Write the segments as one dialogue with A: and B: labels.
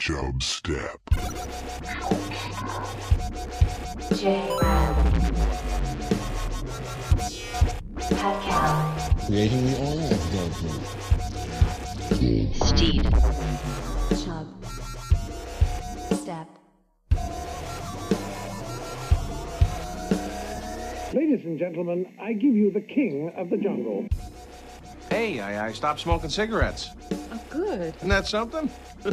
A: Dubstep.
B: Creating the all of judgment.
C: Steed. Chub. Step.
D: Ladies and gentlemen, I give you the king of the jungle.
E: Hey, I, I stopped smoking cigarettes.
F: Oh, good.
E: Isn't that something?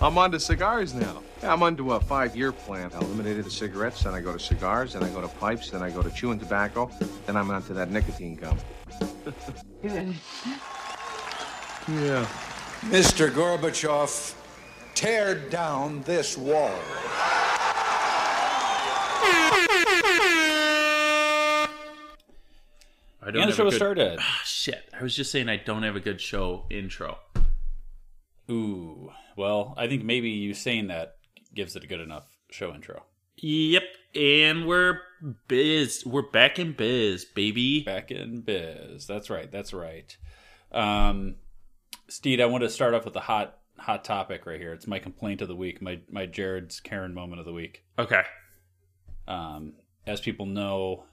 E: I'm onto cigars now. Yeah, I'm onto a five-year plan. I eliminated the cigarettes, then I go to cigars, then I go to pipes, then I go to chewing tobacco, then I'm onto that nicotine gum.
F: Good.
E: Yeah.
G: Mr. Gorbachev, tear down this wall.
H: I don't
I: And the
H: have
I: show
H: a good-
I: started.
H: Ah, shit. I was just saying I don't have a good show intro.
I: Ooh. Well, I think maybe you saying that gives it a good enough show intro.
H: Yep. And we're biz. We're back in biz, baby.
I: Back in biz. That's right. That's right. Um, Steed, I want to start off with a hot hot topic right here. It's my complaint of the week. My my Jared's Karen moment of the week.
H: Okay.
I: Um, as people know,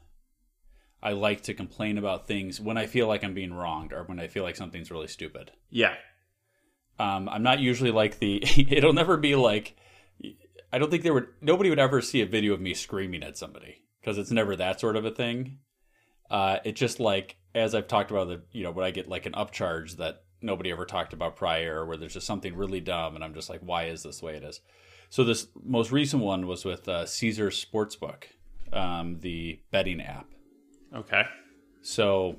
I: I like to complain about things when I feel like I'm being wronged or when I feel like something's really stupid.
H: Yeah.
I: Um, I'm not usually like the. It'll never be like. I don't think there would. Nobody would ever see a video of me screaming at somebody because it's never that sort of a thing. Uh, it's just like as I've talked about the. You know, when I get like an upcharge that nobody ever talked about prior, where there's just something really dumb, and I'm just like, why is this the way it is? So this most recent one was with uh, Caesar Sportsbook, um, the betting app.
H: Okay.
I: So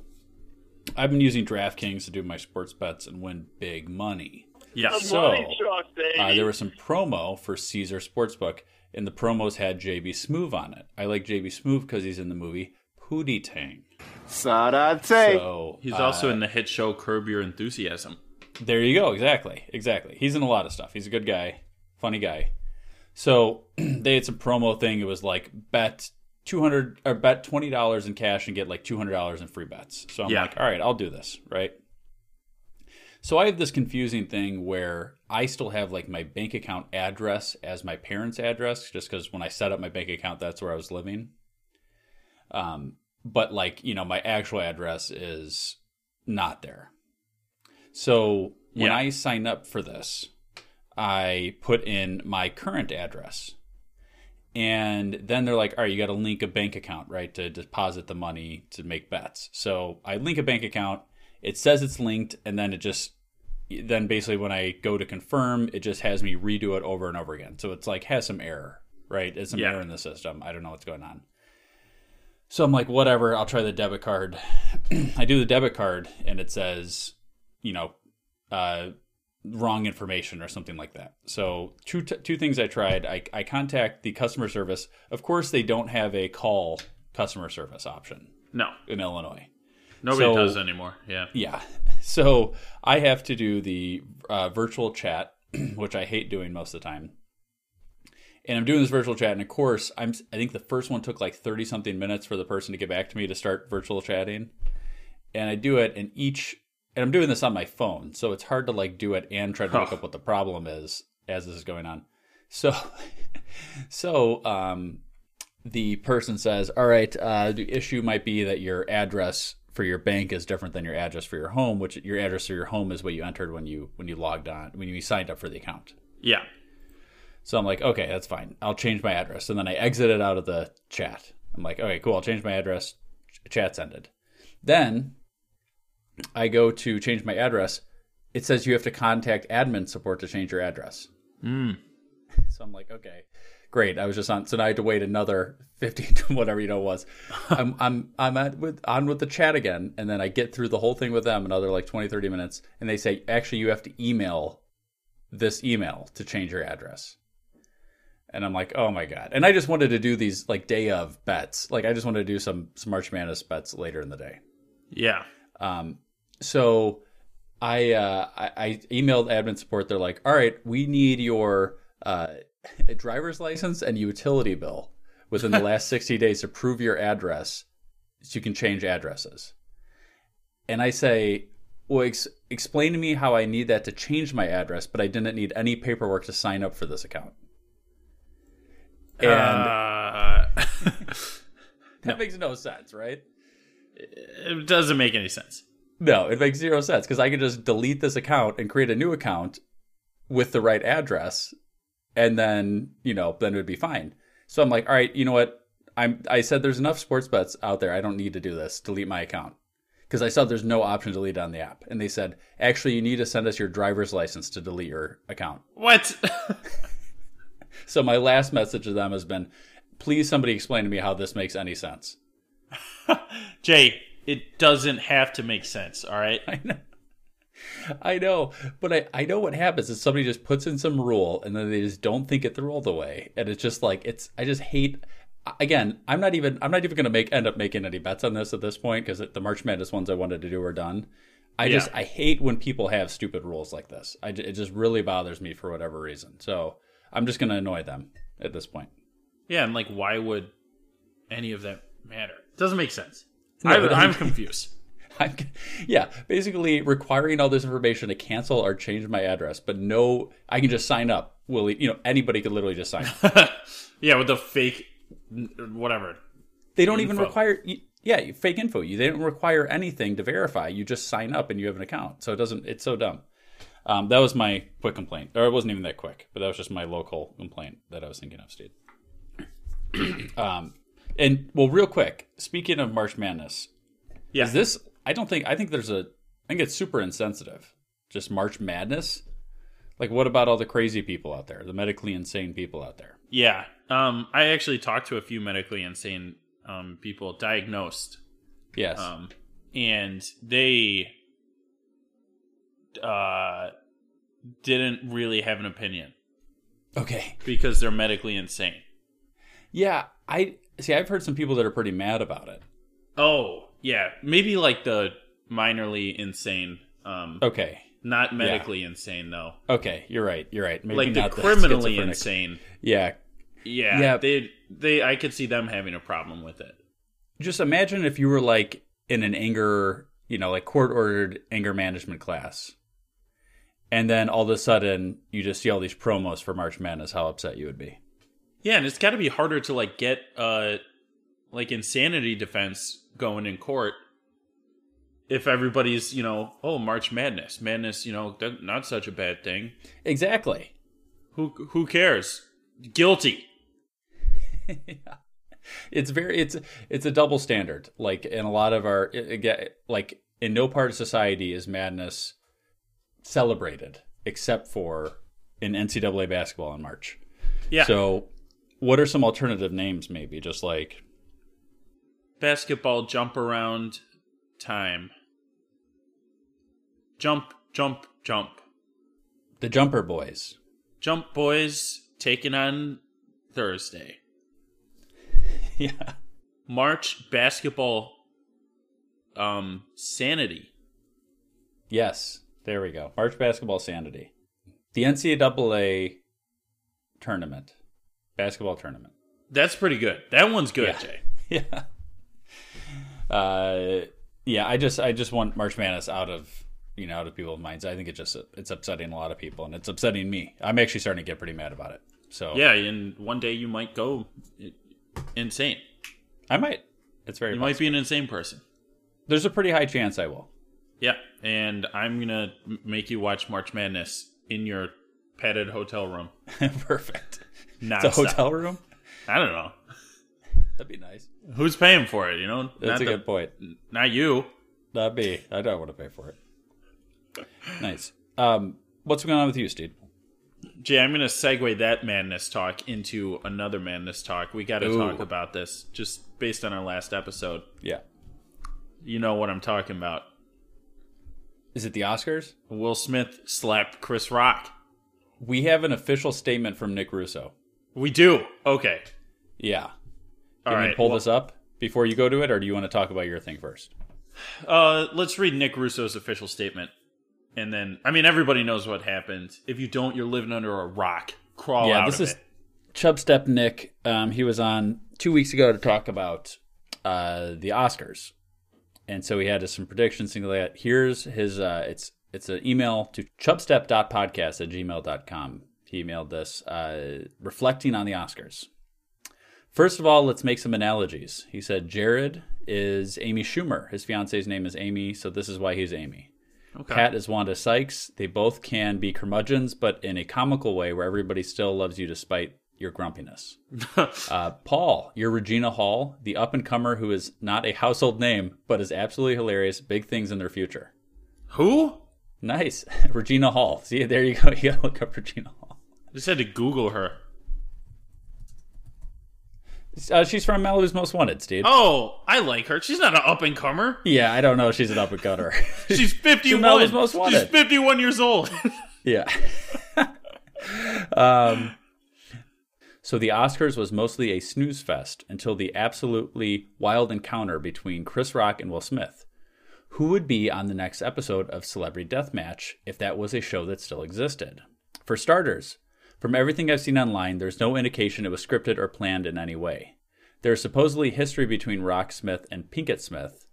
I: I've been using DraftKings to do my sports bets and win big money.
H: Yes.
I: So uh, there was some promo for Caesar Sportsbook, and the promos had JB Smoove on it. I like JB Smoove because he's in the movie Pootie Tang. So
H: He's
I: uh,
H: also in the hit show Curb Your Enthusiasm.
I: there you go. Exactly. Exactly. He's in a lot of stuff. He's a good guy, funny guy. So they had some promo thing. It was like bet two hundred or bet twenty dollars in cash and get like two hundred dollars in free bets. So I'm
H: Yeah.
I: like, all right, I'll do this, right? So I have this confusing thing where I still have like my bank account address as my parents' address, just because when I set up my bank account, that's where I was living. Um, but like you know, my actual address is not there. So when
H: Yeah.
I: I sign up for this, I put in my current address. And then they're like, all right, you got to link a bank account, right, to deposit the money to make bets. So I link a bank account. It says it's linked. And then it just, then basically when I go to confirm, it just has me redo it over and over again. So it's like, has some error, right? It's some
H: Yeah.
I: error in the system. I don't know what's going on. So I'm like, whatever, I'll try the debit card. I do the debit card and it says, you know, uh, wrong information or something like that. So two t- two things I tried. I I contact the customer service. Of course, they don't have a call customer service option
H: No.
I: in Illinois.
H: Nobody
I: So-
H: does anymore. Yeah.
I: Yeah. So I have to do the uh, virtual chat, which I hate doing most of the time. And I'm doing this virtual chat, and of course, I'm. I think the first one took like thirty something minutes for the person to get back to me to start virtual chatting, and I do it, and each, and I'm doing this on my phone, so it's hard to like do it and try to look
H: Huh.
I: up what the problem is as this is going on. So, so um, the person says, "All right, uh, the issue might be that your address for your bank is different than your address for your home, which your address for your home is what you entered when you when you logged on when you signed up for the account."
H: Yeah.
I: So I'm like, "Okay, that's fine. I'll change my address." And then I exited out of the chat. I'm like, "Okay, cool. I'll change my address." Ch- Chat's ended. Then I go to change my address. It says you have to contact admin support to change your address. So I'm like, okay, great. I was just on. So now I had to wait another 15 to whatever you know it was. I'm I'm I'm at with on with the chat again, and then I get through the whole thing with them another like 20 30 minutes, and they say actually you have to email this email to change your address. And I'm like, oh my god! And I just wanted to do these like day of bets. Like I just wanted to do some some March Madness bets later in the day.
H: Yeah.
I: Um, so I, uh, I I emailed admin support. They're like, "All right, we need your uh, driver's license and utility bill within the last sixty days to prove your address, so you can change addresses." And I say, well, ex- explain to me how I need that to change my address, but I didn't need any paperwork to sign up for this account. And
H: Uh,
I: that makes no sense, right?
H: it doesn't make any sense.
I: No, it makes zero sense because I could just delete this account and create a new account with the right address, and then you know, then it would be fine. So I'm like, all right, you know what? I'm I said there's enough sports bets out there. I don't need to do this. Delete my account because I saw there's no option to delete on the app, and they said actually you need to send us your driver's license to delete your account.
H: What?
I: So my last message to them has been, please somebody explain to me how this makes any sense.
H: Jay, it doesn't have to make sense, all right?
I: I know. I know, but I, I know what happens is somebody just puts in some rule and then they just don't think it through all the way, and it's just like it's. I just hate. Again, I'm not even I'm not even gonna make end up making any bets on this at this point because the March Madness ones I wanted to do are done. I
H: Yeah.
I: just I hate when people have stupid rules like this. I j- it just really bothers me for whatever reason. So I'm just gonna annoy them at this point.
H: Yeah, and like, why would any of that matter? doesn't make sense.
I: No,
H: I,
I: it doesn't.
H: I'm confused.
I: I'm, yeah, basically requiring all this information to cancel or change my address, but no, I can just sign up. Willie, you know, anybody could literally just sign up.
H: yeah, with the fake, n- whatever.
I: They don't even
H: Info.
I: require, y- yeah, you- fake info. You they don't require anything to verify. You just sign up and you have an account. So it doesn't. It's so dumb. Um, that was my quick complaint, or it wasn't even that quick, but that was just my local complaint that I was thinking of, Steve. um, and well, real quick, speaking of March Madness,
H: Yeah.
I: Is this? I don't think. I think there's a. I think it's super insensitive. Just March Madness. Like, what about all the crazy people out there, the medically insane people out there?
H: Yeah. Um, I actually talked to a few medically insane um, people diagnosed,
I: Yes.
H: um, and they uh, didn't really have an opinion
I: okay.
H: because they're medically insane.
I: Yeah. I see. I've heard some people that are pretty mad about it.
H: Oh, yeah. Maybe like the minorly insane. Um,
I: Okay.
H: Not medically insane, though.
I: Okay. You're right. You're right. Maybe
H: like the
I: not
H: criminally
I: schizophrenic-
H: insane.
I: Yeah.
H: Yeah,
I: Yeah.
H: They, they, I could see them having a problem with it.
I: Just imagine if you were like in an anger, you know, like court ordered anger management class. And then all of a sudden, you just see all these promos for March Madness. How upset you would be!
H: Yeah, and it's got to be harder to like get uh like insanity defense going in court if everybody's, you know, oh, March Madness. Madness, you know, that, not such a bad thing.
I: Exactly.
H: Who who cares? Guilty.
I: it's very it's it's a double standard like in a lot of our again like in no part of society is madness celebrated except for in ncaa basketball in march
H: Yeah.
I: so what are some alternative names maybe just like
H: Basketball jump around time. Jump, jump, jump.
I: the jumper boys
H: Jump boys taking on Thursday.
I: yeah
H: March basketball um sanity.
I: yes there we go march basketball sanity the ncaa tournament basketball tournament
H: That's pretty good. That one's good,
I: Yeah.
H: Jay.
I: yeah. Uh, yeah. I just I just want March Madness out of you know out of people's minds. I think it just it's upsetting a lot of people, and it's upsetting me. I'm actually starting to get pretty mad about it. So
H: Yeah, and one day you might go i- insane.
I: I might. It's very.
H: You
I: possible.
H: might be an insane person.
I: There's a pretty high chance I will.
H: Yeah, and I'm gonna m- make you watch March Madness in your padded hotel room.
I: Perfect.
H: Not
I: It's a hotel room.
H: I don't know
I: That'd be nice.
H: who's paying for it. You know,
I: That's
H: not
I: a
H: the-
I: good point.
H: Not you.
I: That'd be. I don't want to pay for it. Nice. Um, what's going on with you, Steve?
H: Jay, I'm gonna segue that madness talk into another madness talk. We got to
I: Ooh.
H: talk about this just based on our last episode.
I: Yeah.
H: You know what I'm talking about.
I: Is it the Oscars?
H: Will Smith slapped Chris Rock.
I: We have an official statement from Nick Russo.
H: We do. Okay.
I: Yeah. Can
H: All right.
I: we pull
H: well-
I: this up before you go to it, or do you want to talk about your thing first?
H: Uh, let's read Nick Russo's official statement, and then I mean everybody knows what happened. If you don't, you're living under a rock. Crawl out
I: this
H: of
I: is
H: it.
I: Chubstep Nick. Um, he was on two weeks ago to talk about uh, the Oscars, and so he had some predictions things like that here's his uh, it's it's an email to chubstep.podcast at gmail.com he emailed this uh, reflecting on the oscars first of all let's make some analogies he said jared is amy schumer his fiance's name is amy so this is why he's amy
H: Okay.
I: Pat is Wanda Sykes. They both can be curmudgeons, but in a comical way where everybody still loves you despite your grumpiness. uh, Paul, you're Regina Hall, the up and comer who is not a household name, but is absolutely hilarious. Big things in their future.
H: Who?
I: Nice. Regina Hall. See, there you go. You gotta look up Regina Hall.
H: Just had to Google her.
I: Uh, she's from Malibu's Most Wanted, Steve.
H: Oh, I like her. She's not an up and comer.
I: Yeah, I don't know if she's an up and comer.
H: She's
I: Malibu's
H: 51.
I: Most
H: She's
I: Wanted.
H: 51 years old.
I: Yeah. um, so the Oscars was mostly a snooze fest until the absolutely wild encounter between Chris Rock and Will Smith. Who would be on the next episode of Celebrity Deathmatch if that was a show that still existed? For starters, from everything I've seen online, there's no indication it was scripted or planned in any way. There's supposedly history between Rock Smith and Pinkett Smith.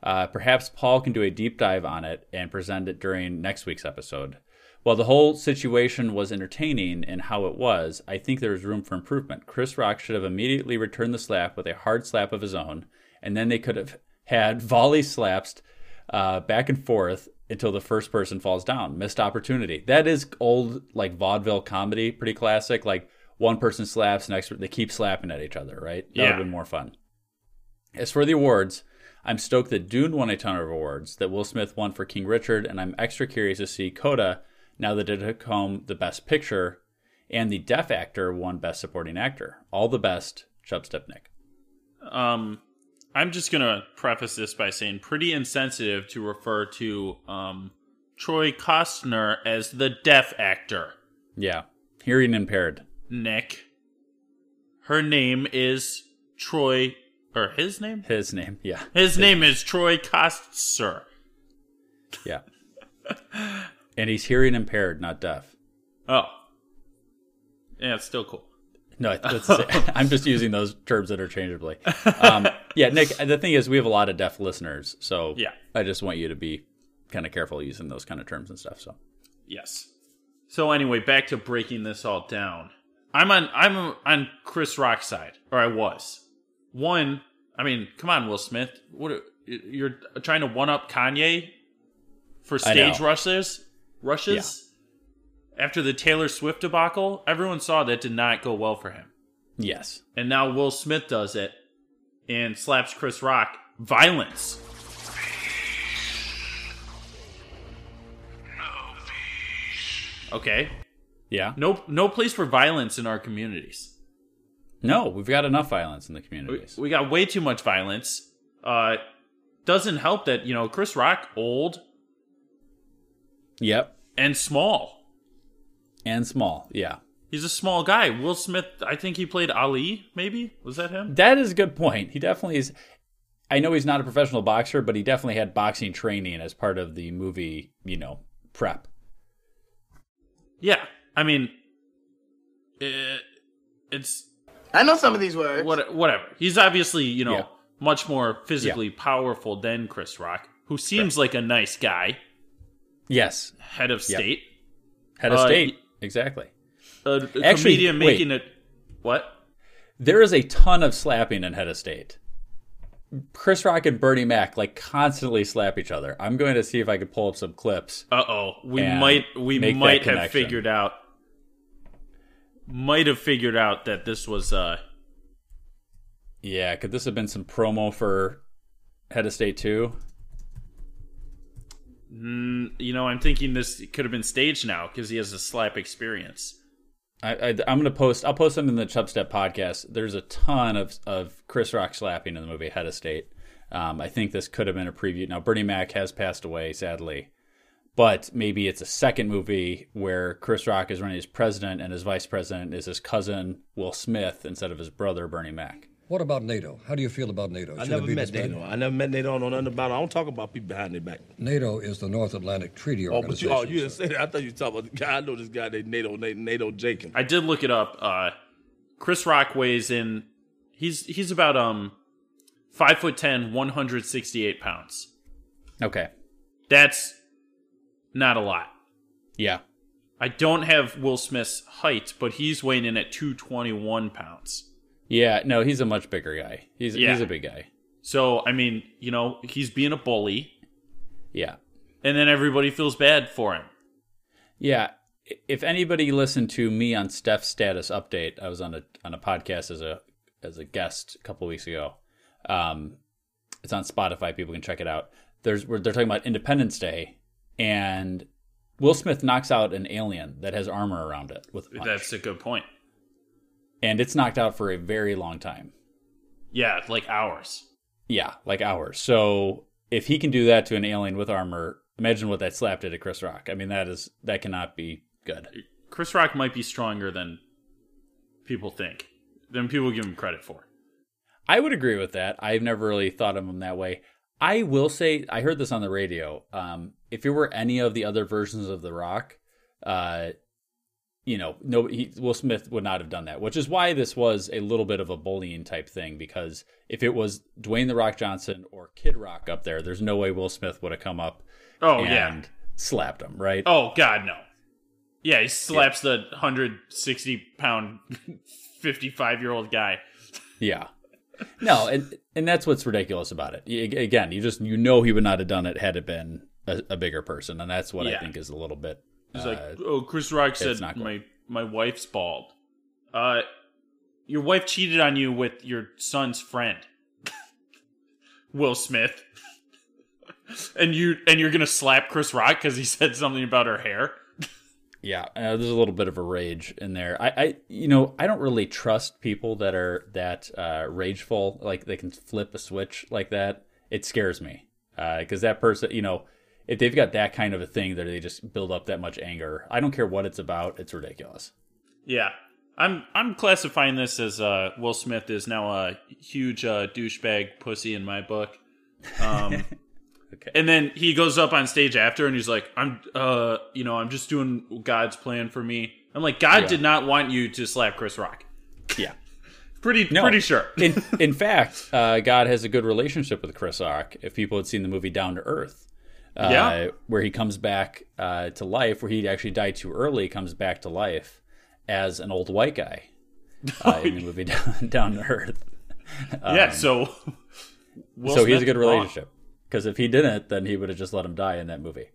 I: Uh, perhaps Paul can do a deep dive on it and present it during next week's episode. While the whole situation was entertaining in how it was, I think there is room for improvement. Chris Rock should have immediately returned the slap with a hard slap of his own, and then they could have had volley slaps uh, back and forth until the first person falls down. Missed opportunity. That is old like vaudeville comedy, pretty classic. Like one person slaps, next they keep slapping at each other. Right? That would
H: Yeah.
I: have been more fun. As for the awards, I'm stoked that Dune won a ton of awards, that Will Smith won for King Richard, and I'm extra curious to see Coda now that it took home the Best Picture, and the deaf actor won Best Supporting Actor. All the best, Chubstep Nick.
H: um, I'm just going to preface this by saying pretty insensitive to refer to um, Troy Costner as the deaf actor,
I: Yeah, hearing impaired.
H: Nick. Her name is Troy, or his name?
I: His name. Yeah,
H: His name is Troy Costner.
I: yeah. and he's hearing impaired, not deaf.
H: Oh. Yeah, it's still cool.
I: No, that's I'm just using those terms interchangeably. Um, yeah, Nick. The thing is, we have a lot of deaf listeners, so
H: Yeah.
I: I just want you to be kind of careful using those kind of terms and stuff. So
H: Yes. So anyway, back to breaking this all down. I'm on I'm on Chris Rock's side, or I was. One, I mean, come on, Will Smith. What are- you're trying to one up Kanye for
I: I know.
H: stage rushes? Rushes after the Taylor Swift debacle, everyone saw that did not go well for him.
I: yes,
H: And now Will Smith does it and slaps Chris Rock. Violence. Okay.
I: yeah.
H: No no place for violence in our communities.
I: No, we've got enough violence in the
H: We,
I: communities.
H: we got way too much violence. Uh doesn't help that, you know, Chris Rock old
I: yep,
H: and small.
I: and small. Yeah,
H: He's a small guy. Will Smith, I think he played Ali, maybe? Was that him?
I: that is a good point. He definitely is. I know he's not a professional boxer, but he definitely had boxing training as part of the movie. You know, prep.
H: Yeah. I mean it, it's
A: I know some of these words.
H: what, whatever. He's obviously, you know,
I: Yeah.
H: much more physically powerful than Chris Rock, who seems like a nice guy,
I: Yes,
H: head of
I: Yep.
H: state,
I: head of
H: Uh,
I: state. Exactly.
H: a, a
I: Actually,
H: comedian
I: wait.
H: making it. What?
I: There is a ton of slapping in Head of State. Chris Rock and Bernie Mac like constantly slap each other. I'm going to see if I could pull up some clips.
H: Uh oh, we
I: And
H: might we
I: make that
H: might have
I: connection.
H: figured out might have figured out that this was uh
I: Yeah, could this have been some promo for Head of State 2?
H: mm, you know I'm thinking this could have been staged now because he has a slap experience.
I: I, I, I'm going to post. I'll post them in the Chubstep podcast. There's a ton of of Chris Rock slapping in the movie Head of State. Um, I think this could have been a preview. Now Bernie Mac has passed away, sadly, but maybe it's a second movie where Chris Rock is running as president and his vice president is his cousin Will Smith instead of his brother Bernie Mac.
J: What about NATO? How do you feel about NATO?
B: I
J: Should it
B: never
J: be
B: met
J: disbanded?
B: NATO. I never met NATO. I don't know nothing about it. I don't talk about people behind their back.
J: NATO is the North Atlantic Treaty
B: Oh, but you,
J: Organization.
B: oh, you didn't say that. I thought you talking about the guy. I know this guy named NATO, Na- NATO Jacob.
H: I did look it up. Uh, Chris Rock weighs in. He's he's about um Five foot ten, 168 pounds.
I: Okay.
H: That's not a lot.
I: Yeah.
H: I don't have Will Smith's height, but he's weighing in at 221 pounds.
I: Yeah. No, he's a much bigger guy. He's
H: Yeah.
I: he's a big guy.
H: So, I mean, you know, he's being a bully,
I: Yeah.
H: and then everybody feels bad for him.
I: Yeah. I- If anybody listened to me on Steph's status update, I was on a on a podcast as a as a guest a couple weeks ago. Um, it's on Spotify. People can check it out. There's we're, they're talking about Independence Day, and Will Smith knocks out an alien that has armor around it with a punch.
H: That's a good point.
I: and it's knocked out for a very long time.
H: Yeah, like hours.
I: Yeah, like hours. So if he can do that to an alien with armor, imagine what that slap did to Chris Rock. I mean, that is that cannot be good.
H: Chris Rock might be stronger than people think, than people give him credit for.
I: I would agree with that. I've never really thought of him that way. I will say, I heard this on the radio. Um, if it were any of the other versions of The Rock, uh, you know, no, he, Will Smith would not have done that, which is why this was a little bit of a bullying type thing. Because if it was Dwayne The Rock Johnson or Kid Rock up there, there's no way Will Smith would have come up
H: Oh,
I: and
H: yeah.
I: slapped him, right?
H: Oh, God, no. Yeah, he slaps the 160 pound, 55 year old guy.
I: Yeah. No, and and that's what's ridiculous about it. Y- Again, you just you know he would not have done it had it been a, a bigger person, and that's what
H: Yeah.
I: I think is a little bit.
H: He's
I: uh,
H: like, oh, Chris Rock said
I: not cool.
H: my my wife's bald. Uh, your wife cheated on you with your son's friend, Will Smith, and you and you're gonna slap Chris Rock because he said something about her hair.
I: yeah, uh, there's a little bit of a rage in there. I, I you know I don't really trust people that are that uh, rageful, like they can flip a switch like that. It scares me because that person, you know, if they've got that kind of a thing that they just build up that much anger, I don't care what it's about, it's ridiculous.
H: Yeah, I'm I'm classifying this as uh, Will Smith is now a huge uh, douchebag pussy in my book. Um,
I: Okay.
H: And then he goes up on stage after, and he's like, "I'm, uh, you know, I'm just doing God's plan for me." I'm like, God
I: Yeah.
H: did not want you to slap Chris Rock.
I: Yeah.
H: Pretty,
I: No.
H: pretty sure.
I: in in fact, uh, God has a good relationship with Chris Rock. If people had seen the movie Down to Earth, uh,
H: Yeah.
I: where he comes back uh, to life, where he actually died too early, comes back to life as an old white guy uh, in the movie Down, Down to Earth. Um,
H: yeah. So, Will
I: so he has a
H: Smith
I: good
H: wrong.
I: relationship because if he didn't, then he would have just let him die in that movie.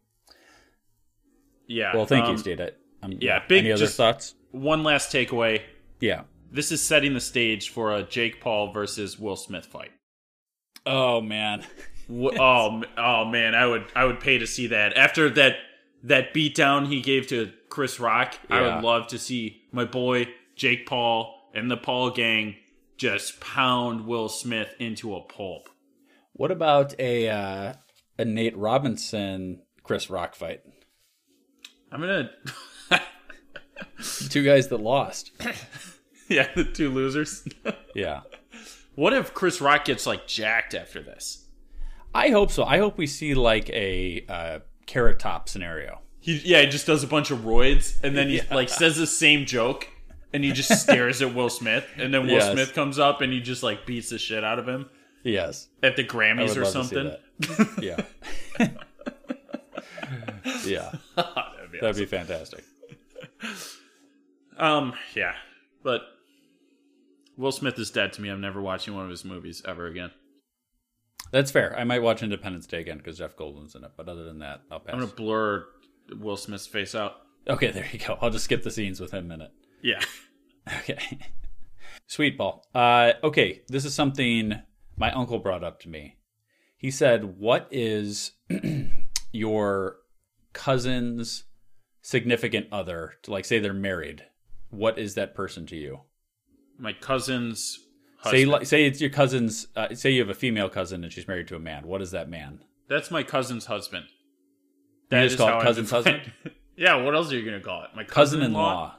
H: Yeah.
I: Well, thank
H: um,
I: you, Steve. I- Um,
H: yeah, big-
I: Any other
H: just-
I: thoughts?
H: One last takeaway.
I: Yeah.
H: This is setting the stage for a Jake Paul versus Will Smith fight.
I: Oh man.
H: W- oh, m- oh man, I would I would pay to see that. After that that beatdown he gave to Chris Rock, I
I: Yeah.
H: would love to see my boy Jake Paul and the Paul gang just pound Will Smith into a pulp.
I: What about a uh, a Nate Robinson Chris Rock fight?
H: I'm gonna
I: Two guys that lost.
H: yeah, the two losers.
I: Yeah.
H: what if Chris Rock gets like jacked after this?
I: I hope so. I hope we see like a uh, carrot top scenario.
H: He yeah, he just does a bunch of roids and then he like says the same joke and he just stares at Will Smith and then Will
I: Yes.
H: Smith comes up and he just like beats the shit out of him.
I: Yes,
H: at the
I: I
H: Grammys
I: would
H: or
I: love to see
H: something.
I: that. Yeah, yeah,
H: That'd be
I: that'd be fantastic.
H: awesome. um, yeah, but Will Smith is dead to me. I'm never watching one of his movies ever again.
I: That's fair. I might watch Independence Day again because Jeff Goldblum's in it. But other than that, I'll pass.
H: I'm gonna blur Will Smith's face out.
I: Okay, there you go. I'll just skip the scenes with him in it.
H: Yeah,
I: Okay. Sweet Paul. Uh, okay, this is something my uncle brought up to me. He said, What is your cousin's significant other? To like say they're married. What is that person to you?
H: my cousin's.
I: Say
H: Husband.
I: like say it's your cousin's uh, say you have a female cousin and she's married to a man. What is that man?
H: That's my cousin's husband.
I: You
H: That
I: just
H: is
I: call
H: how
I: it
H: I
I: cousin's
H: define-
I: husband?
H: yeah, what else are you gonna call it? My
I: Cousin in law.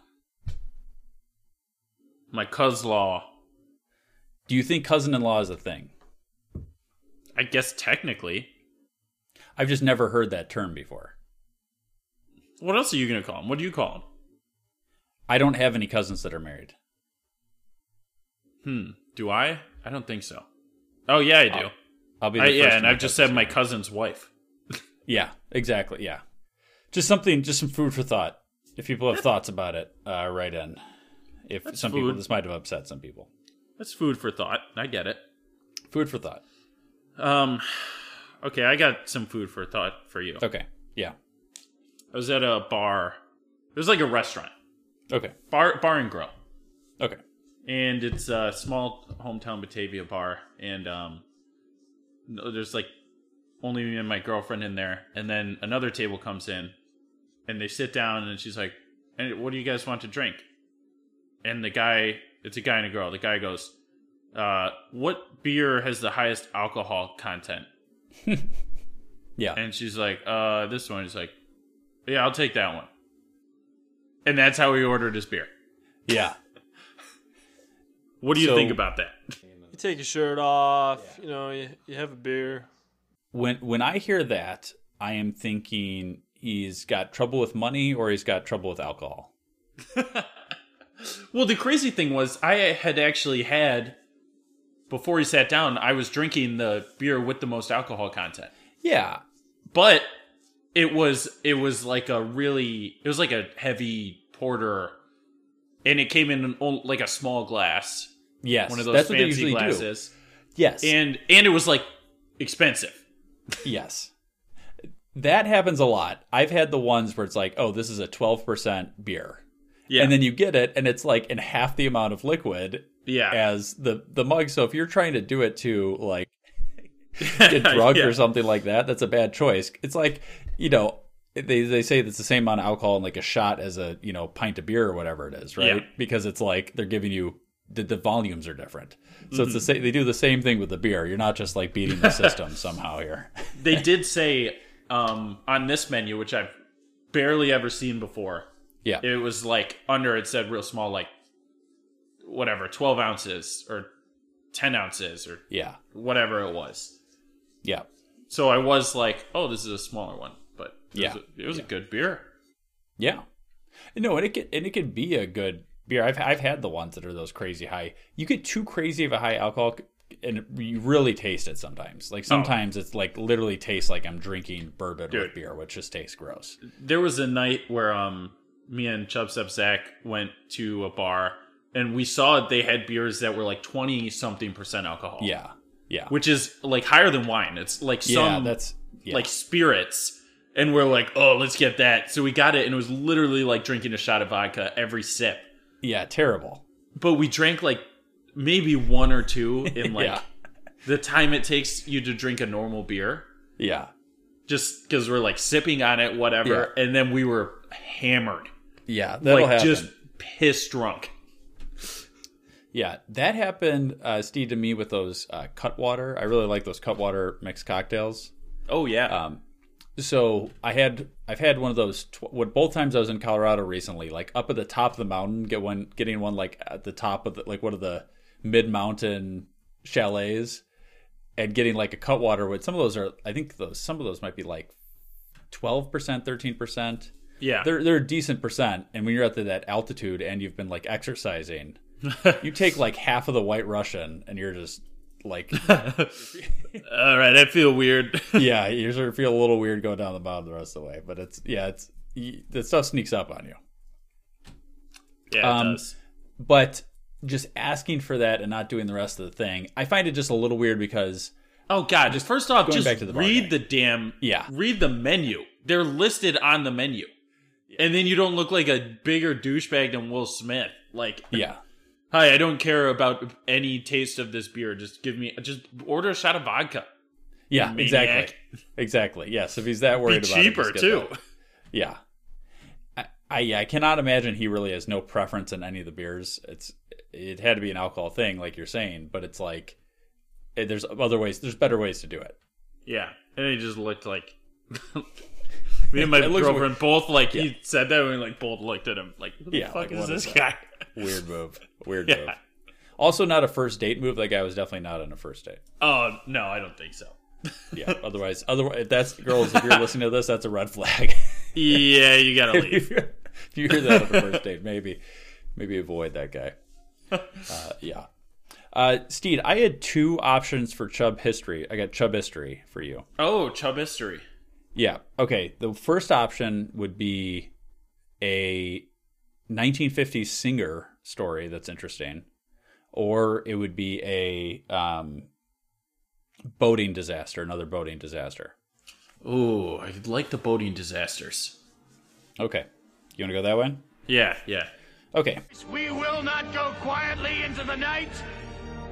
H: My cousin law.
I: Do you think cousin in law is a thing?
H: I guess technically.
I: I've just never heard that term before.
H: What else are you gonna call him? What do you call him?
I: I don't have any cousins that are married.
H: Hmm. Do I? I don't think so. Oh yeah, I do.
I: I'll be the
H: I,
I: first
H: yeah,
I: to
H: and
I: make
H: I've just
I: that
H: said my cousin's wife.
I: Yeah, exactly. Yeah. Just something, just some food for thought. If people have thoughts about it, uh, write in. If some people,
H: food.
I: this might have upset some people.
H: That's food for thought. I get it.
I: Food for thought.
H: Um, okay, I got some food for thought for you.
I: Okay. Yeah.
H: I was at a bar. It was like a restaurant,
I: Okay.
H: bar, bar and grill,
I: Okay.
H: and it's a small hometown Batavia bar. And um, no- there's like only me and my girlfriend in there, and then another table comes in, and they sit down, and she's like, "And what do you guys want to drink?" And the guy, it's a guy and a girl. The guy goes, uh, "What beer has the highest alcohol content?"
I: Yeah.
H: And she's like, uh, this one. He's like, yeah, I'll take that one. And that's how he ordered his beer.
I: yeah.
H: What do you
I: So-
H: think about that?
A: You take your shirt off, you know, you, you have a beer.
I: When when I hear that, I am thinking he's got trouble with money or he's got trouble with alcohol.
H: Well, the crazy thing was, I had actually had, before he sat down, I was drinking the beer with the most alcohol content.
I: Yeah.
H: But it was, it was like a really, it was like a heavy porter. And it came in an, old- like a small glass,
I: Yes.
H: one of those
I: That's what they
H: fancy
I: usually do.
H: glasses.
I: Yes.
H: And, and it was like expensive.
I: Yes. That happens a lot. I've had the ones where it's like, oh, this is a 12% beer.
H: Yeah.
I: And then you get it, and it's like in half the amount of liquid
H: yeah.
I: as the, the mug. So if you're trying to do it to like get drunk
H: Yeah.
I: or something like that, that's a bad choice. It's like, you know, they, they say that's the same amount of alcohol in like a shot as a, you know, pint of beer or whatever it is, right?
H: Yeah.
I: Because it's like they're giving you the, the volumes are different. So it's the
H: Mm-hmm.
I: same, they do the same thing with the beer. You're not just like beating the system somehow here.
H: they did say um, on this menu, which I've barely ever seen before,
I: Yeah.
H: it was like under it said real small, like whatever, twelve ounces or ten ounces or
I: Yeah.
H: whatever it was.
I: Yeah.
H: So I was like, oh, this is a smaller one, but it
I: Yeah.
H: was, a, it was a good beer.
I: Yeah. No, and it could and it could be a good beer. I've I've had the ones that are those crazy high. You get too crazy of a high alcohol c- and you really taste it sometimes.
H: Oh.
I: Like sometimes it's like literally tastes like I'm drinking bourbon
H: Dude. Oh.
I: with beer, which just tastes gross.
H: There was a night where um, me and Chubstep Zach went to a bar. And we saw they had beers that were like twenty something percent alcohol.
I: Yeah. Yeah.
H: which is like higher than wine. It's like some
I: yeah, that's yeah.
H: like spirits. And we're like, oh, let's get that. So we got it, and it was literally like drinking a shot of vodka every sip.
I: yeah, terrible.
H: But we drank like maybe one or two in like
I: Yeah.
H: the time it takes you to drink a normal beer,
I: Yeah.
H: just because we're like sipping on it, whatever. And then we were hammered,
I: Yeah, that'll
H: like
I: happen.
H: just piss drunk.
I: Yeah, that happened, uh, Steve, to me with those uh, Cutwater. I really like those Cutwater mixed cocktails.
H: Oh yeah,
I: so I had I've had one of those tw- what both times I was in Colorado recently, like up at the top of the mountain, get one getting one like at the top of the, like one of the mid mountain chalets, and getting like a cutwater. With some of those are I think those some of those might be like twelve percent, thirteen percent.
H: yeah.
I: They're they're a decent percent, and when you're at the, that altitude and you've been like exercising, you take like half of the White Russian, and you're just like
H: All right, I feel weird.
I: yeah, you sort of feel a little weird going down the bottom the rest of the way, but it's yeah, it's y the stuff sneaks up on you.
H: yeah, it
I: Um,
H: does.
I: But just asking for that and not doing the rest of the thing, I find it just a little weird because
H: Oh God! Just first off,
I: going
H: just
I: back to the bar
H: read
I: thing.
H: the damn
I: Yeah.
H: Read the menu. They're listed on the menu, and then you don't look like a bigger douchebag than Will Smith. Like,
I: yeah,
H: hi, I don't care about any taste of this beer. Just give me, just order a shot of vodka.
I: yeah,
H: You
I: exactly, exactly. Yes, if he's that
H: Be
I: worried about it,
H: cheaper
I: just get
H: too.
I: that. Yeah, I, I yeah, I cannot imagine he really has no preference in any of the beers. It's it had to be an alcohol thing, like you're saying, but it's like eh, there's other ways, there's better ways to do it.
H: Yeah, and he just looked like me and my
I: It looks
H: girlfriend both like he said that and we like both looked at him like, who the
I: Yeah,
H: fuck
I: like,
H: is
I: what
H: this
I: is that?
H: guy?
I: Weird move. Weird
H: Yeah.
I: move. Also, not a first date move. That guy was definitely not on a first date.
H: oh no, I don't think so.
I: Yeah. Otherwise, otherwise, if that's girls, if you're listening to this, that's a red flag.
H: Yeah, you gotta
I: if, you
H: leave.
I: hear, if you hear that on a first date, maybe, maybe avoid that guy. Uh, yeah. Uh, Steed, I had two options for Chubb history. I got Chubb history for you.
H: Oh, Chubb history.
I: Yeah. Okay. The first option would be a 1950s singer story that's interesting, or it would be a um, boating disaster, another boating disaster.
H: Ooh, I like the boating disasters.
I: Okay. You want to go that way?
H: Yeah, yeah.
I: Okay.
K: We will not go quietly into the night.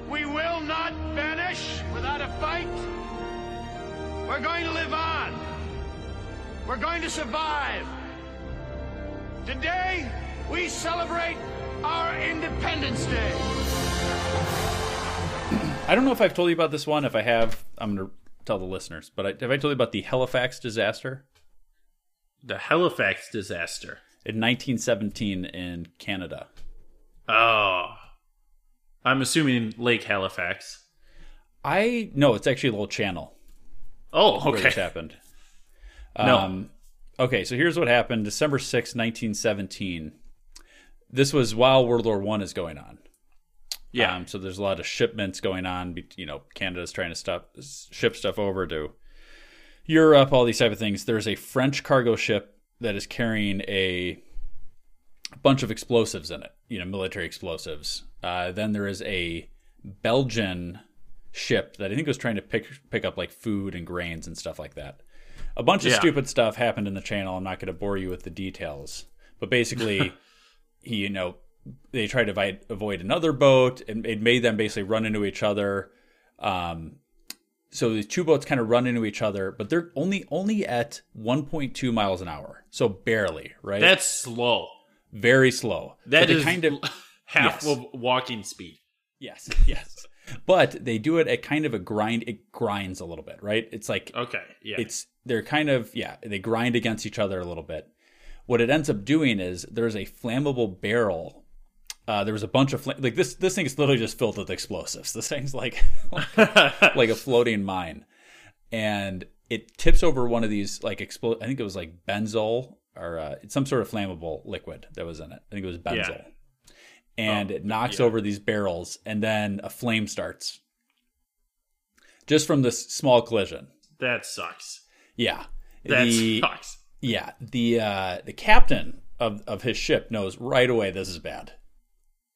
K: We will not vanish without a fight. We're going to live on. We're going to survive. Today, we celebrate our Independence Day.
I: I don't know if I've told you about this one. If I have, I'm going to tell the listeners. But I, have I told you about the Halifax disaster
H: The Halifax disaster.
I: in 1917 in Canada?
H: Oh. I'm assuming Lake Halifax.
I: I no, it's actually a little channel
H: Oh,
I: where this
H: okay.
I: happened. Um,
H: No.
I: okay, so here's what happened: December 6, 1917. This was while World War One is going on.
H: yeah.
I: Um, so there's a lot of shipments going on. be- You know, Canada's trying to stop ship stuff over to Europe, all these type of things. There's a French cargo ship that is carrying a bunch of explosives in it. You know, military explosives. Uh, then there is a Belgian ship that I think was trying to pick pick up like food and grains and stuff like that. A bunch of
H: Yeah.
I: stupid stuff happened in the channel. I'm not going to bore you with the details, but basically, he you know they tried to avoid, avoid another boat, and it made them basically run into each other. Um, so the two boats kind of run into each other, but they're only only at 1.2 miles an hour, so barely right.
H: That's slow.
I: very slow.
H: That
I: But they
H: is
I: kind of
H: half
I: Yes.
H: of walking speed.
I: yes, yes. But they do it at kind of a grind. It grinds a little bit, right? It's like
H: Okay, yeah.
I: it's they're kind of yeah they grind against each other a little bit what it ends up doing is there's a flammable barrel uh, there was a bunch of flam- like this this thing is literally just filled with explosives this thing's like like a floating mine and it tips over one of these like explode i think it was like benzol or uh, it's some sort of flammable liquid that was in it i think it was benzol
H: Yeah. Oh,
I: and it knocks over these barrels and then a flame starts just from this small collision
H: that sucks.
I: yeah.
H: That
I: the,
H: sucks.
I: Yeah. The uh the captain of of his ship knows right away this is bad.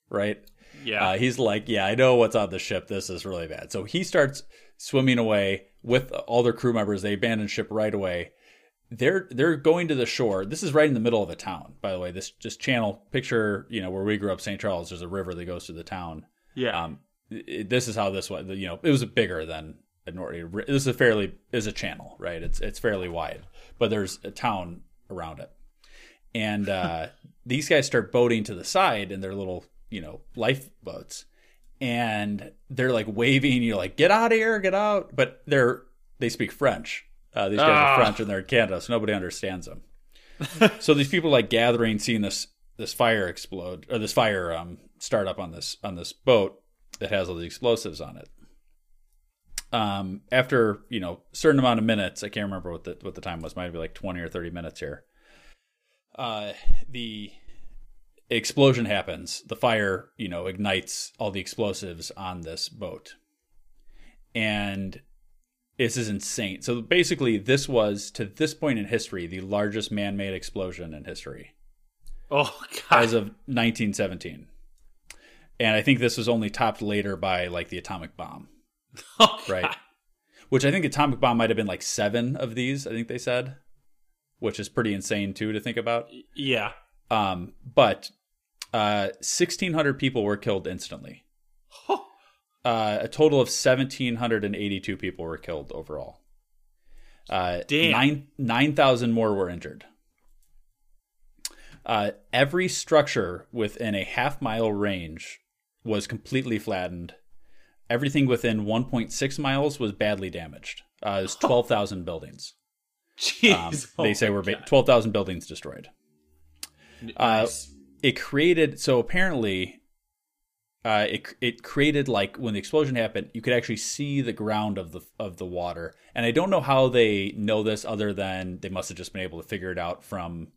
I: Right?
H: Yeah.
I: Uh, he's like, yeah, I know what's on the ship. This is really bad. So he starts swimming away with all their crew members. They abandon ship right away. They're they're going to the shore. This is right in the middle of a town, by the way. This just channel picture, you know, where we grew up, St. Charles. There's a river that goes through the town.
H: yeah.
I: Um, it, this is how this was. You know, it was bigger than a Norton. This is a fairly is a channel, right? It's it's fairly wide, but there's a town around it, and uh, these guys start boating to the side in their little you know lifeboats, and they're like waving. You're like, get out of here, get out! But they're they speak French. Uh, these guys are
H: Ah.
I: French and they're in Canada, so nobody understands them. so these people are like gathering, seeing this this fire explode or this fire um, start up on this on this boat that has all the explosives on it. Um, after you know certain amount of minutes, I can't remember what the what the time was. Might be like twenty or thirty minutes here. Uh, the explosion happens. The fire you know ignites all the explosives on this boat, and this is insane. So basically, this was to this point in history the largest man-made explosion in history
H: oh, God.
I: as of 1917. And I think this was only topped later by like the atomic bomb,
H: Oh, God.
I: right? Which I think the atomic bomb might have been like seven of these, I think they said, which is pretty insane too to think about.
H: Yeah.
I: Um, but uh, 1,600 people were killed instantly. Uh, a total of 1,782 people were killed overall. Uh,
H: Damn.
I: nine- 9,000 more were injured. Uh, every structure within a half mile range was completely flattened. Everything within 1.6 miles was badly damaged. Uh, There's 12,000 buildings. Um,
H: Jeez. Oh,
I: they say we're ba- 12,000 buildings destroyed
H: Uh,
I: it created so apparently uh, it it created like when the explosion happened, you could actually see the ground of the of the water, and I don't know how they know this other than they must have just been able to figure it out from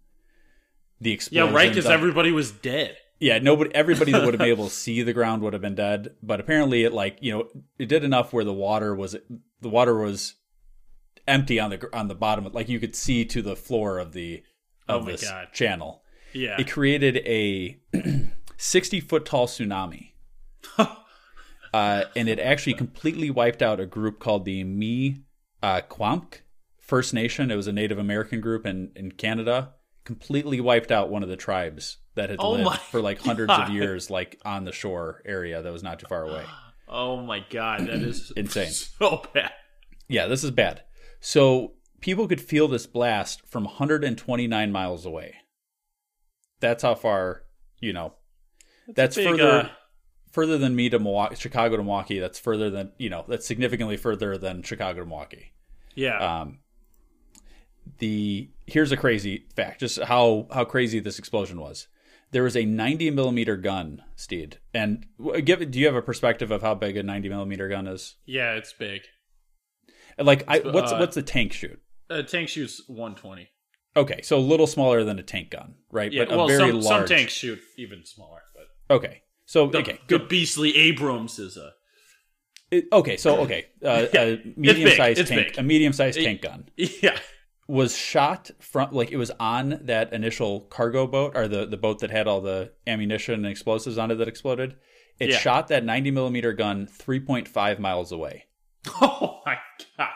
I: the
H: yeah,
I: explosion.
H: right, because everybody was dead.
I: yeah, nobody, everybody that would have been able to see the ground would have been dead. But apparently, it like you know, it did enough where the water was the water was empty on the on the bottom, like you could see to the floor of the
H: Oh
I: of
H: my
I: this
H: God.
I: channel.
H: Yeah.
I: it created a sixty foot tall tsunami, uh, and it actually completely wiped out a group called the Mi uh, Kwamk First Nation. It was a Native American group in in Canada. Completely wiped out one of the tribes that had
H: Oh my
I: lived for like hundreds
H: God.
I: of years, like on the shore area that was not too far away.
H: Oh my god, that is
I: Insane.
H: So bad.
I: Yeah, this is bad. So people could feel this blast from 129 miles away. That's how far, you know. That's,
H: That's a big,
I: further
H: uh,
I: further than me to Milwaukee, Chicago to Milwaukee. That's further than, you know, that's significantly further than Chicago to Milwaukee.
H: Yeah.
I: Um the here's a crazy fact, just how how crazy this explosion was. There was a 90 millimeter gun, Steed. And w- give, do you have a perspective of how big a 90 millimeter gun is?
H: yeah, it's big.
I: Like, I,
H: So,
I: what's
H: uh,
I: what's the tank shoot?
H: Uh, tank shoots 120.
I: Okay, so a little smaller than a tank gun, right?
H: Yeah,
I: but a
H: well,
I: very
H: some, some
I: large.
H: tanks shoot even smaller, but
I: Okay, so
H: the,
I: okay,
H: the beastly Abrams is a
I: It- okay, so okay, uh, a medium-sized
H: it's
I: tank,
H: big.
I: a medium-sized
H: It-
I: tank gun
H: yeah.
I: was shot from like it was on that initial cargo boat or the the boat that had all the ammunition and explosives on it that exploded. It
H: Yeah.
I: shot that 90 millimeter gun 3.5 miles away.
H: Oh my god.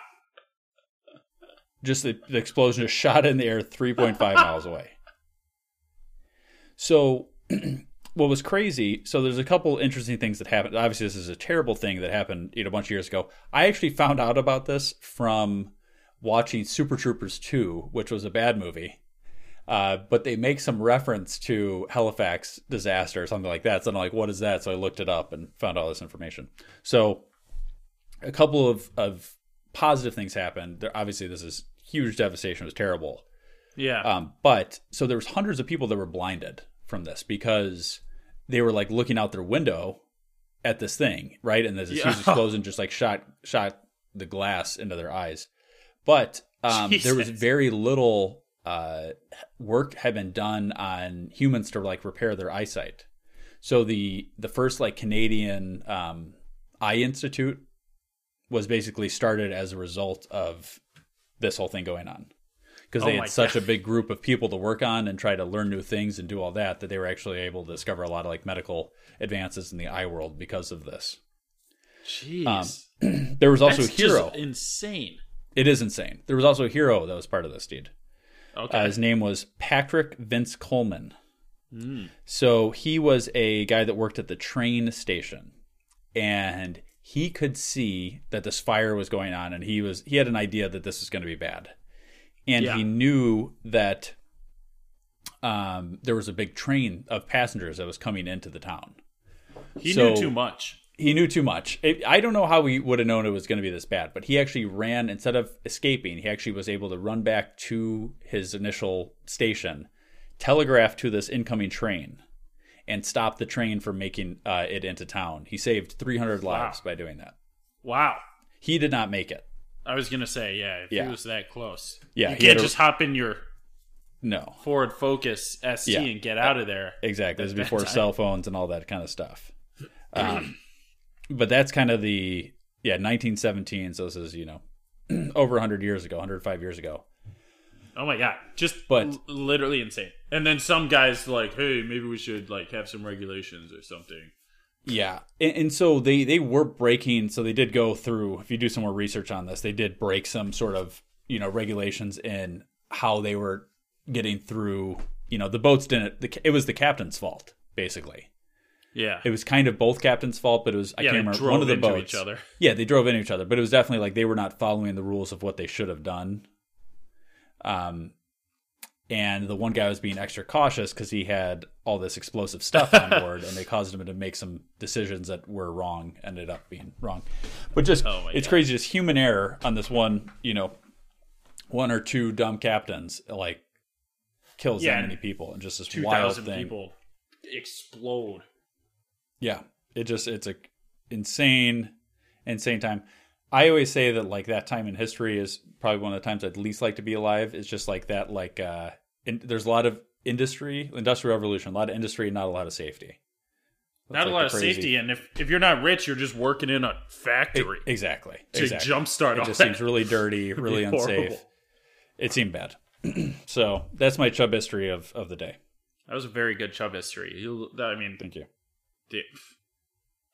I: just the, the explosion just shot in the air 3.5 miles away. So, what was crazy? So, there's a couple interesting things that happened. Obviously, this is a terrible thing that happened you know, a bunch of years ago. I actually found out about this from watching Super Troopers 2, which was a bad movie. Uh, but they make some reference to Halifax disaster or something like that. So I'm like, what is that? So I looked it up and found all this information. So a couple of, of positive things happened. There, obviously, this is huge devastation. It was terrible.
H: Yeah.
I: Um, but so there was hundreds of people that were blinded from this because they were like looking out their window at this thing, right? And there's this
H: Yeah.
I: huge explosion just like shot shot the glass into their eyes. But um, there was
H: Jesus.
I: very little uh, work had been done on humans to like repair their eyesight. So the the first like Canadian um, eye institute was basically started as a result of this whole thing going on because
H: Oh
I: they
H: my
I: had such
H: God.
I: a big group of people to work on and try to learn new things and do all that that they were actually able to discover a lot of like medical advances in the eye world because of this.
H: Jeez.
I: Um, there was also
H: That's
I: a
H: just
I: hero.
H: insane.
I: It is insane. There was also a hero that was part of this, dude.
H: Okay.
I: Uh, his name was Patrick Vince Coleman.
H: Mm.
I: So he was a guy that worked at the train station, and he could see that this fire was going on, and he was he had an idea that this was going to be bad, and
H: Yeah.
I: he knew that um, there was a big train of passengers that was coming into the town.
H: He
I: So-
H: knew too much.
I: He knew too much. It, I don't know how he would have known it was going to be this bad, but he actually ran instead of escaping. He actually was able to run back to his initial station, telegraph to this incoming train, and stop the train from making uh, it into town. He saved 300 lives by doing that.
H: Wow.
I: He did not make it.
H: I was gonna say, yeah, if
I: Yeah.
H: he was that close.
I: Yeah,
H: You
I: he had
H: can't
I: a-
H: just hop in your
I: No,
H: Ford Focus ST
I: Yeah. Eh,
H: and get out of there.
I: exactly. This is
H: At that
I: before
H: time.
I: cell phones and all that kind of stuff. Um, but that's kind of the yeah 1917. So this is you know over 100 years ago, 105 years ago.
H: Oh my god, just
I: But-
H: l- literally insane. And then some guys like, hey, maybe we should like have some regulations or something.
I: Yeah, and, and so they they were breaking. So they did go through. If you do some more research on this, they did break some sort of you know regulations in how they were getting through. You know, the boats didn't. The, it was the captain's fault basically.
H: Yeah,
I: It was kind of both captains' fault, but it was I
H: Yeah,
I: can't
H: they
I: remember
H: drove
I: one of the
H: into
I: boats.
H: each other.
I: Yeah, they drove into each other, but it was definitely like they were not following the rules of what they should have done. Um, and the one guy was being extra cautious because he had all this explosive stuff on board, and they caused him to make some decisions that were wrong, ended up being wrong. But just
H: Oh my
I: it's
H: God.
I: crazy, just human error on this one, you know, one or two dumb captains like kills
H: Yeah,
I: that
H: and
I: many people, and just this
H: two
I: wild
H: thousand
I: thing.
H: people explode.
I: Yeah, it just it's a insane, insane time. I always say that like that time in history is probably one of the times I'd least like to be alive. It's just like that like uh and there's a lot of industry, industrial revolution, a lot of industry, not a lot of safety. That's like
H: Not a lot
I: the
H: of
I: crazy-
H: safety, and if, if you're not rich, you're just working in a factory.
I: Exactly.
H: To
I: exactly.
H: jumpstart
I: It
H: all
I: just
H: that.
I: seems really dirty,
H: Would be
I: really
H: horrible.
I: unsafe. It seemed bad. so that's my chub history of, of the day.
H: That was a very good chub history. You, that- I mean,
I: Thank you.
H: da-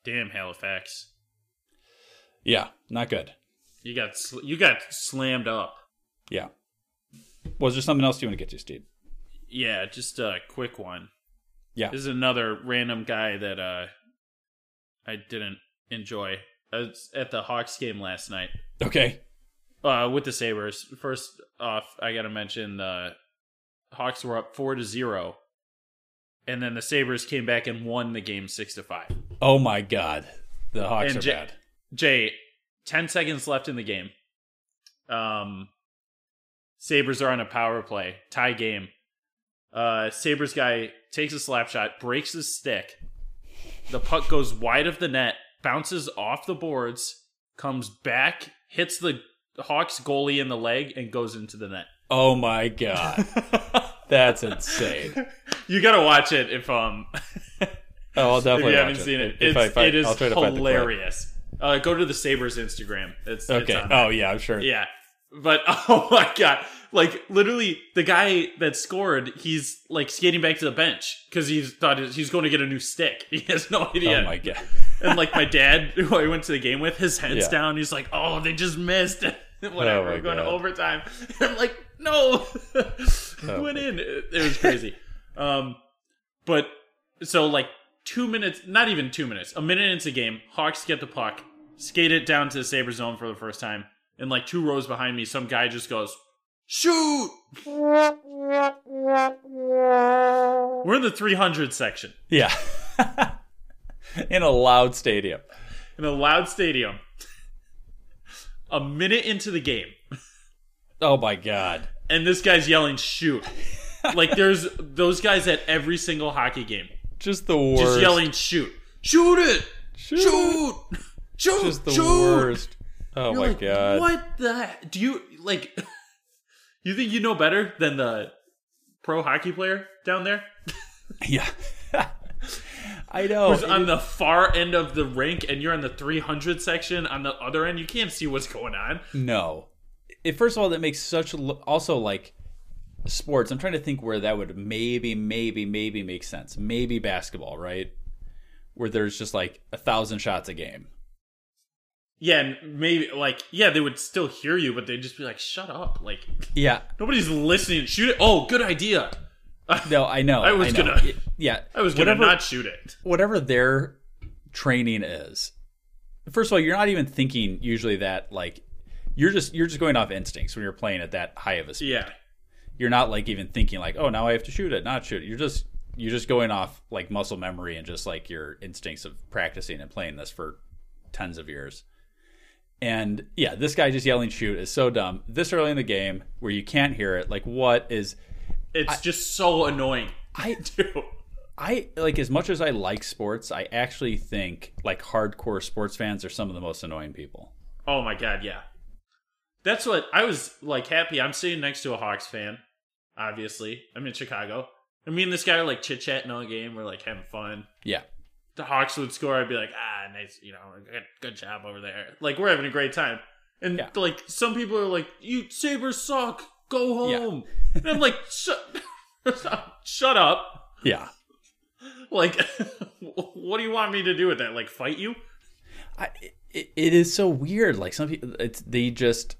H: damn Halifax,
I: Yeah, not good.
H: you got sl- you got slammed up.
I: Yeah. Was there something else you want to get to, Steve?
H: Yeah, just a quick one.
I: Yeah.
H: This is another random guy that uh, I didn't enjoy. I was at the Hawks game last night.
I: Okay.
H: Uh, with the Sabers. First off, I gotta mention the Hawks were up four to zero, and then the Sabers came back and won the game six to five.
I: Oh my God. The Hawks
H: And
I: are
H: J-
I: bad.
H: Jay, ten seconds left in the game. Um, Sabers are on a power play, tie game. Uh, Sabers guy takes a slap shot, breaks his stick. The puck goes wide of the net, bounces off the boards, comes back, hits the Hawks goalie in the leg, and goes into the net.
I: Oh my God. That's insane.
H: You gotta watch it if um
I: Oh, I'll
H: if
I: definitely
H: you
I: watch
H: haven't
I: it.
H: seen it.
I: If
H: It's,
I: I find-
H: it is
I: I'll try to find the clip.
H: hilarious. Uh, go to the Sabers Instagram. It's it's
I: Okay.
H: on there.
I: Oh yeah, I'm sure.
H: Yeah. But oh my god. Like literally the guy that scored, he's like skating back to the bench because he's thought he's going to get a new stick. He has no idea.
I: Oh my God.
H: and like my dad, who I went to the game with, his head's
I: Yeah.
H: down. He's like, "Oh, they just missed." Whatever,
I: Oh my
H: we're going to
I: God.
H: overtime. I'm like, "No,
I: Oh
H: went
I: my
H: in." It, it was crazy. um, but so like two minutes, not even two minutes, a minute into the game, Hawks get the puck, skate it down to the Saber zone for the first time, and like two rows behind me, some guy just goes, "Shoot!" We're in the 300 section.
I: Yeah. In a loud stadium.
H: in a loud stadium a minute into the game
I: Oh my God.
H: and this guy's yelling shoot like there's those guys at every single hockey game
I: Just the worst.
H: just yelling shoot shoot it shoot shoot shoot,
I: Just the worst. Oh
H: You're
I: my
H: like,
I: God.
H: what the he- do you like you think you know better than the pro hockey player down there
I: Yeah. I know.
H: who's on the far end of the rink and you're in the 300 section on the other end you can't see what's going on
I: No. It, first of all, that makes such. l- Also, like sports, I'm trying to think where that would maybe, maybe, maybe make sense. Maybe basketball, right? Where there's just like a thousand shots a game.
H: Yeah, and maybe like yeah, they would still hear you, but they'd just be like, "Shut up!" Like
I: Yeah.
H: nobody's listening. Shoot it! Oh, good idea.
I: No, I know.
H: I was
I: know.
H: gonna-
I: Y- Yeah.
H: I was gonna
I: Whatever-
H: not shoot it.
I: whatever their training is first of all you're not even thinking usually that like you're just you're just going off instincts when you're playing at that high of a speed
H: Yeah,
I: you're not like even thinking like oh now i have to shoot it not shoot it. you're just you're just going off like muscle memory and just like your instincts of practicing and playing this for tons of years and yeah this guy just yelling shoot is so dumb this early in the game where you can't hear it like what is
H: it's just so annoying.
I: i
H: Dude.
I: I like as much as I like sports, I actually think like hardcore sports fans are some of the most annoying people.
H: Oh my god, yeah. That's what I was like happy. I'm sitting next to a Hawks fan. Obviously, I'm in Chicago. And me and this guy are like chit chatting all game. We're like having fun.
I: Yeah.
H: the Hawks would score, I'd be like, ah, nice, you know, good, good job over there. Like we're having a great time. And
I: Yeah.
H: like some people are like, you Sabres suck, go
I: Yeah.
H: home. and I'm like, shut, shut up.
I: Yeah.
H: Like, what do you want me to do with that? Like fight you?
I: I, it, it is so weird. Like some people, it's, they just,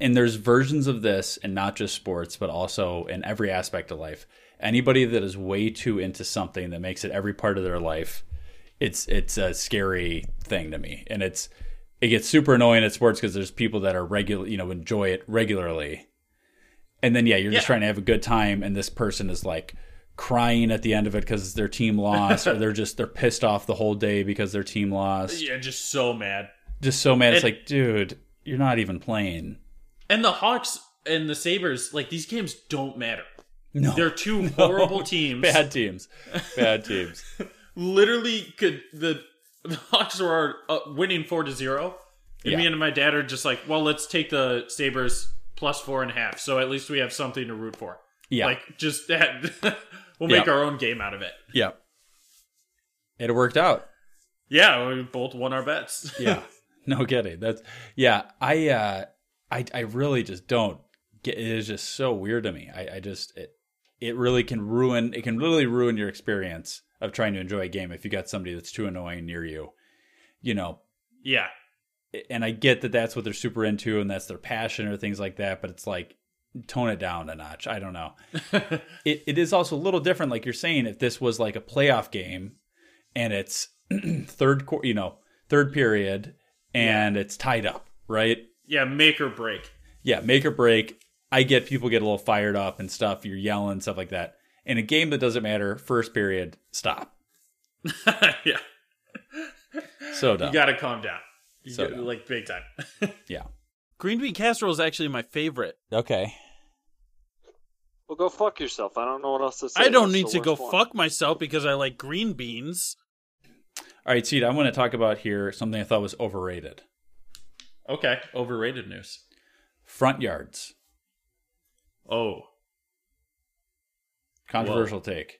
I: and there's versions of this, and not just sports, but also in every aspect of life. Anybody that is way too into something that makes it every part of their life, it's it's a scary thing to me, and it's it gets super annoying at sports because there's people that are regular, you know, enjoy it regularly, and then yeah, you're just
H: Yeah.
I: trying to have a good time, and this person is like crying at the end of it because their team lost or they're just they're pissed off the whole day because their team lost
H: Yeah, just so mad.
I: just so mad. It's
H: And-
I: like, dude, you're not even playing.
H: And the Hawks and the Sabres, like these games don't matter.
I: No,
H: They're two horrible teams.
I: bad teams, bad teams.
H: literally could the, the Hawks were uh, winning four to zero, and
I: Yeah.
H: me and my dad are just like, well, let's take the Sabers plus four and a half, so at least we have something to root for.
I: Yeah.
H: Like just that we'll make
I: Yeah.
H: our own game out of it.
I: Yeah. It worked out.
H: Yeah, we both won our bets.
I: yeah no kidding that's yeah i uh i i really just don't get it is just so weird to me i i just it it really can ruin it can really ruin your experience of trying to enjoy a game if you got somebody that's too annoying near you you know
H: yeah.
I: and i get that that's what they're super into and that's their passion or things like that but it's like tone it down a notch i don't know it, it is also a little different like you're saying if this was like a playoff game and it's third quarter you know third period and it's tied up right
H: Yeah, make or break.
I: yeah make or break i get people get a little fired up and stuff you're yelling stuff like that in a game that doesn't matter first period stop
H: yeah.
I: so dumb.
H: You gotta calm down. You
I: So
H: got-
I: dumb.
H: like big time.
I: yeah
H: Green bean casserole is actually my favorite.
I: okay
A: Well, go fuck yourself. I don't know what else to say.
H: I don't
A: That's
H: need
A: the
H: to go
A: worst one.
H: fuck myself because I like green beans.
I: all right seed i want to talk about here something i thought was overrated
H: Okay, overrated news.
I: front yards
H: Oh,
I: controversial take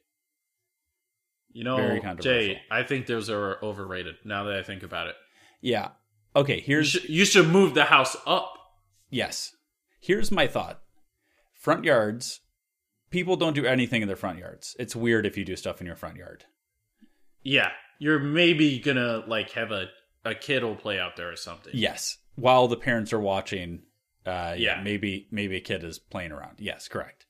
H: you know,
I: Very controversial.
H: Jay, I think those are overrated. Now that I think about it,
I: yeah okay
H: you
I: here's
H: should, you should move the house up.
I: Yes. Here's my thought. Front yards, people don't do anything in their front yards. It's weird if you do stuff in your front yard.
H: Yeah, you're maybe gonna like have a a kid will play out there or something.
I: Yes. While the parents are watching, uh, yeah,
H: Yeah.
I: maybe maybe a kid is playing around. Yes, correct.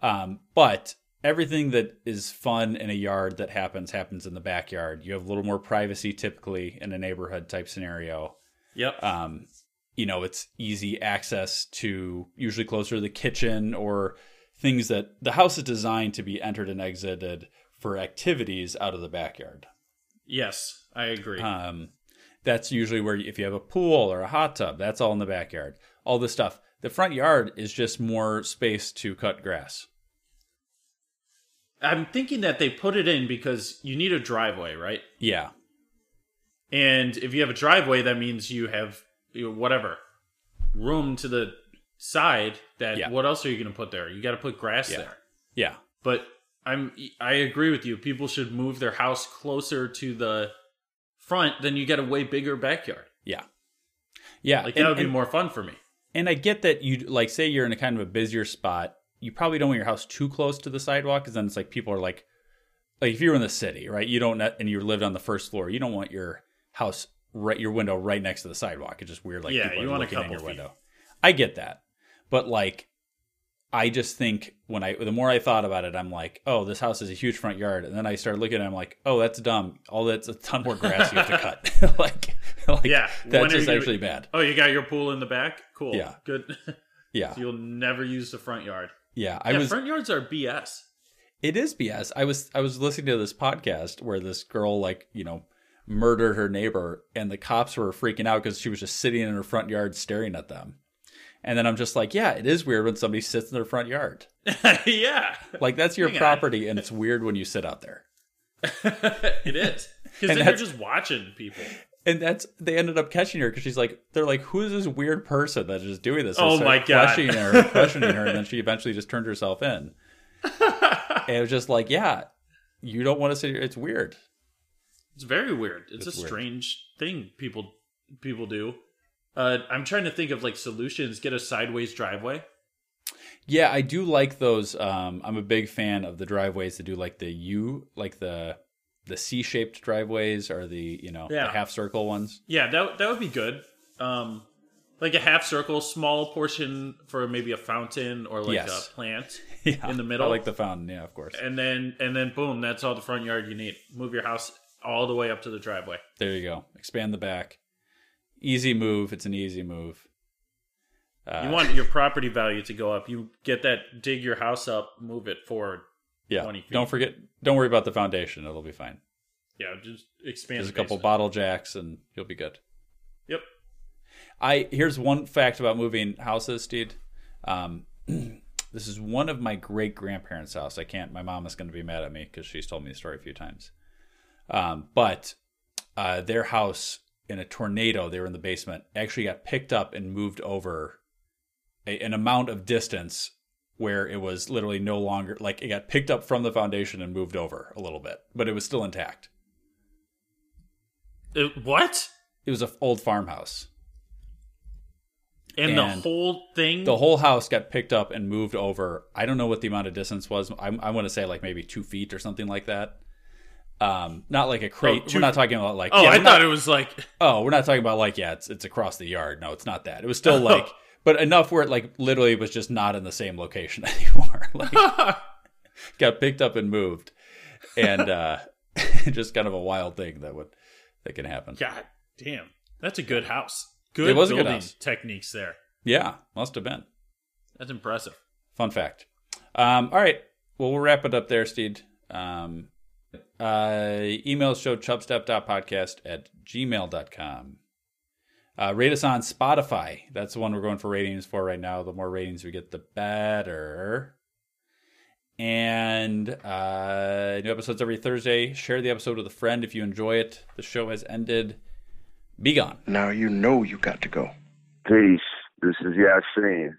I: Um, but everything that is fun in a yard that happens happens in the backyard. You have a little more privacy typically in a neighborhood type scenario.
H: Yep.
I: um, you know it's easy access to usually closer to the kitchen or things that the house is designed to be entered and exited for activities out of the backyard
H: yes, I agree.
I: um, that's usually where if you have a pool or a hot tub that's all in the backyard all this stuff the front yard is just more space to cut grass
H: I'm thinking that they put it in because you need a driveway, right?
I: yeah
H: And if you have a driveway, that means you have you know, whatever room to the side. That
I: Yeah.
H: what else are you going to put there? You got to put grass there.
I: yeah
H: But I'm I agree with you. People should move their house closer to the front. Then you get a way bigger backyard.
I: yeah yeah
H: Like
I: and-
H: that would be
I: and-
H: more fun for me.
I: And I get that you like say you're in a kind of a busier spot, you probably don't want your house too close to the sidewalk because then it's like people are like, like if you're in the city, right? You don't and you lived on the first floor, you don't want your house right your window right next to the sidewalk. It's just weird, like
H: Yeah,
I: people
H: you
I: are
H: want a
I: looking in
H: couple
I: your
H: feet.
I: window. I get that, but like, I just think when I the more I thought about it, I'm like, oh, this house is a huge front yard, and then I started looking, and I'm like, oh, that's dumb. All that's a ton more grass you have to cut. like, like,
H: yeah, when are
I: that's just
H: you gonna-
I: actually bad.
H: Oh, you got your pool in the back. Cool.
I: Yeah.
H: Good.
I: Yeah,
H: So you'll never use the front yard.
I: yeah. I
H: Yeah,
I: was
H: front yards are BS.
I: It is BS. I was I was listening to this podcast where this girl like you know murdered her neighbor, and the cops were freaking out because she was just sitting in her front yard staring at them. And then I'm just like, yeah, it is weird when somebody sits in their front yard.
H: yeah,
I: Like that's your
H: Hang on.
I: property, and it's weird when you sit out there.
H: it is. Because then you're
I: that's-
H: just watching people.
I: And that's they ended up catching her because she's like, they're like, who is this weird person that is doing this? They
H: Oh
I: started
H: my God.
I: questioning her, questioning her, and then she eventually just turned herself in. and it was just like, yeah, you don't want to sit. here. It's weird.
H: It's very weird. It's,
I: It's
H: a
I: weird.
H: strange thing people people do. Uh, I'm trying to think of like solutions. Get a sideways driveway.
I: Yeah, I do like those. Um, I'm a big fan of the driveways that do like the U, like the the C-shaped driveways or the you know
H: Yeah.
I: the half circle ones.
H: Yeah, that that would be good. Um, like a half circle, small portion for maybe a fountain or like
I: Yes.
H: a plant
I: Yeah,
H: in the middle. Eh.
I: I like the fountain. Yeah, of course.
H: and then and then boom, that's all the front yard you need. Move your house all the way up to the driveway.
I: There you go. Expand the back. Easy move. It's an easy move. Uh,
H: You want your property value to go up. You get that dig your house up, move it forward.
I: yeah.
H: 20 feet.
I: Don't forget. Don't worry about the foundation. It'll be fine.
H: Yeah, just expand.
I: There's a
H: the
I: couple
H: basement.
I: bottle jacks, and you'll be good.
H: Yep.
I: I here's one fact about moving houses, dude. Um, this is one of my great grandparents' house. I can't. My mom is going to be mad at me because she's told me the story a few times. Um, but uh, their house in a tornado, they were in the basement, actually got picked up and moved over a, an amount of distance where it was literally no longer like it got picked up from the foundation and moved over a little bit, but it was still intact.
H: It, Uh, what?
I: It was an old farmhouse.
H: And, the whole thing,
I: The whole house got picked up and moved over. I don't know what the amount of distance was. I, I want to say like maybe two feet or something like that. Um, not like a crate.
H: Oh, two
I: we're not talking about like.
H: Oh,
I: yeah,
H: I
I: we're
H: thought
I: not-
H: it was like
I: Oh, we're not talking about like yeah, it's it's across the yard. No, it's not that. It was
H: Oh.
I: still like, but enough where it like literally was just not in the same location anymore. Like, got picked up and moved, and uh, just kind of a wild thing that would that can happen.
H: God damn. That's a good house. Good
I: was a good
H: building
I: house.
H: techniques there.
I: Yeah, must have been
H: That's impressive.
I: fun fact. Um, all right, well we'll wrap it up there, Steed. Um, uh, email show chubstep.podcast at gmail.com. Uh, rate us on Spotify. That's the one we're going for ratings for right now. The more ratings we get, the better. And uh, new episodes every Thursday. Share the episode with a friend if you enjoy it. The show has ended. Be gone.
L: Now you know you got to go.
M: Peace. This is Yasin.